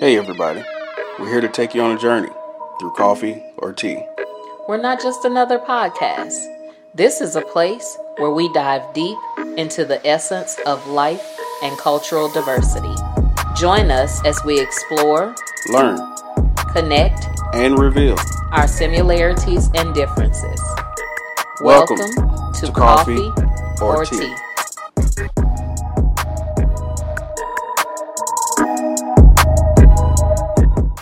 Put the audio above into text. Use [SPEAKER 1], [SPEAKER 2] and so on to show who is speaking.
[SPEAKER 1] Hey, everybody. We're here to take you on a journey through coffee or tea.
[SPEAKER 2] We're not just another podcast. This is a place where we dive deep into the essence of life and cultural diversity. Join us as we explore,
[SPEAKER 1] Learn
[SPEAKER 2] connect
[SPEAKER 1] and reveal.
[SPEAKER 2] our similarities and differences.
[SPEAKER 1] Welcome
[SPEAKER 2] to,
[SPEAKER 1] to Coffee or Tea.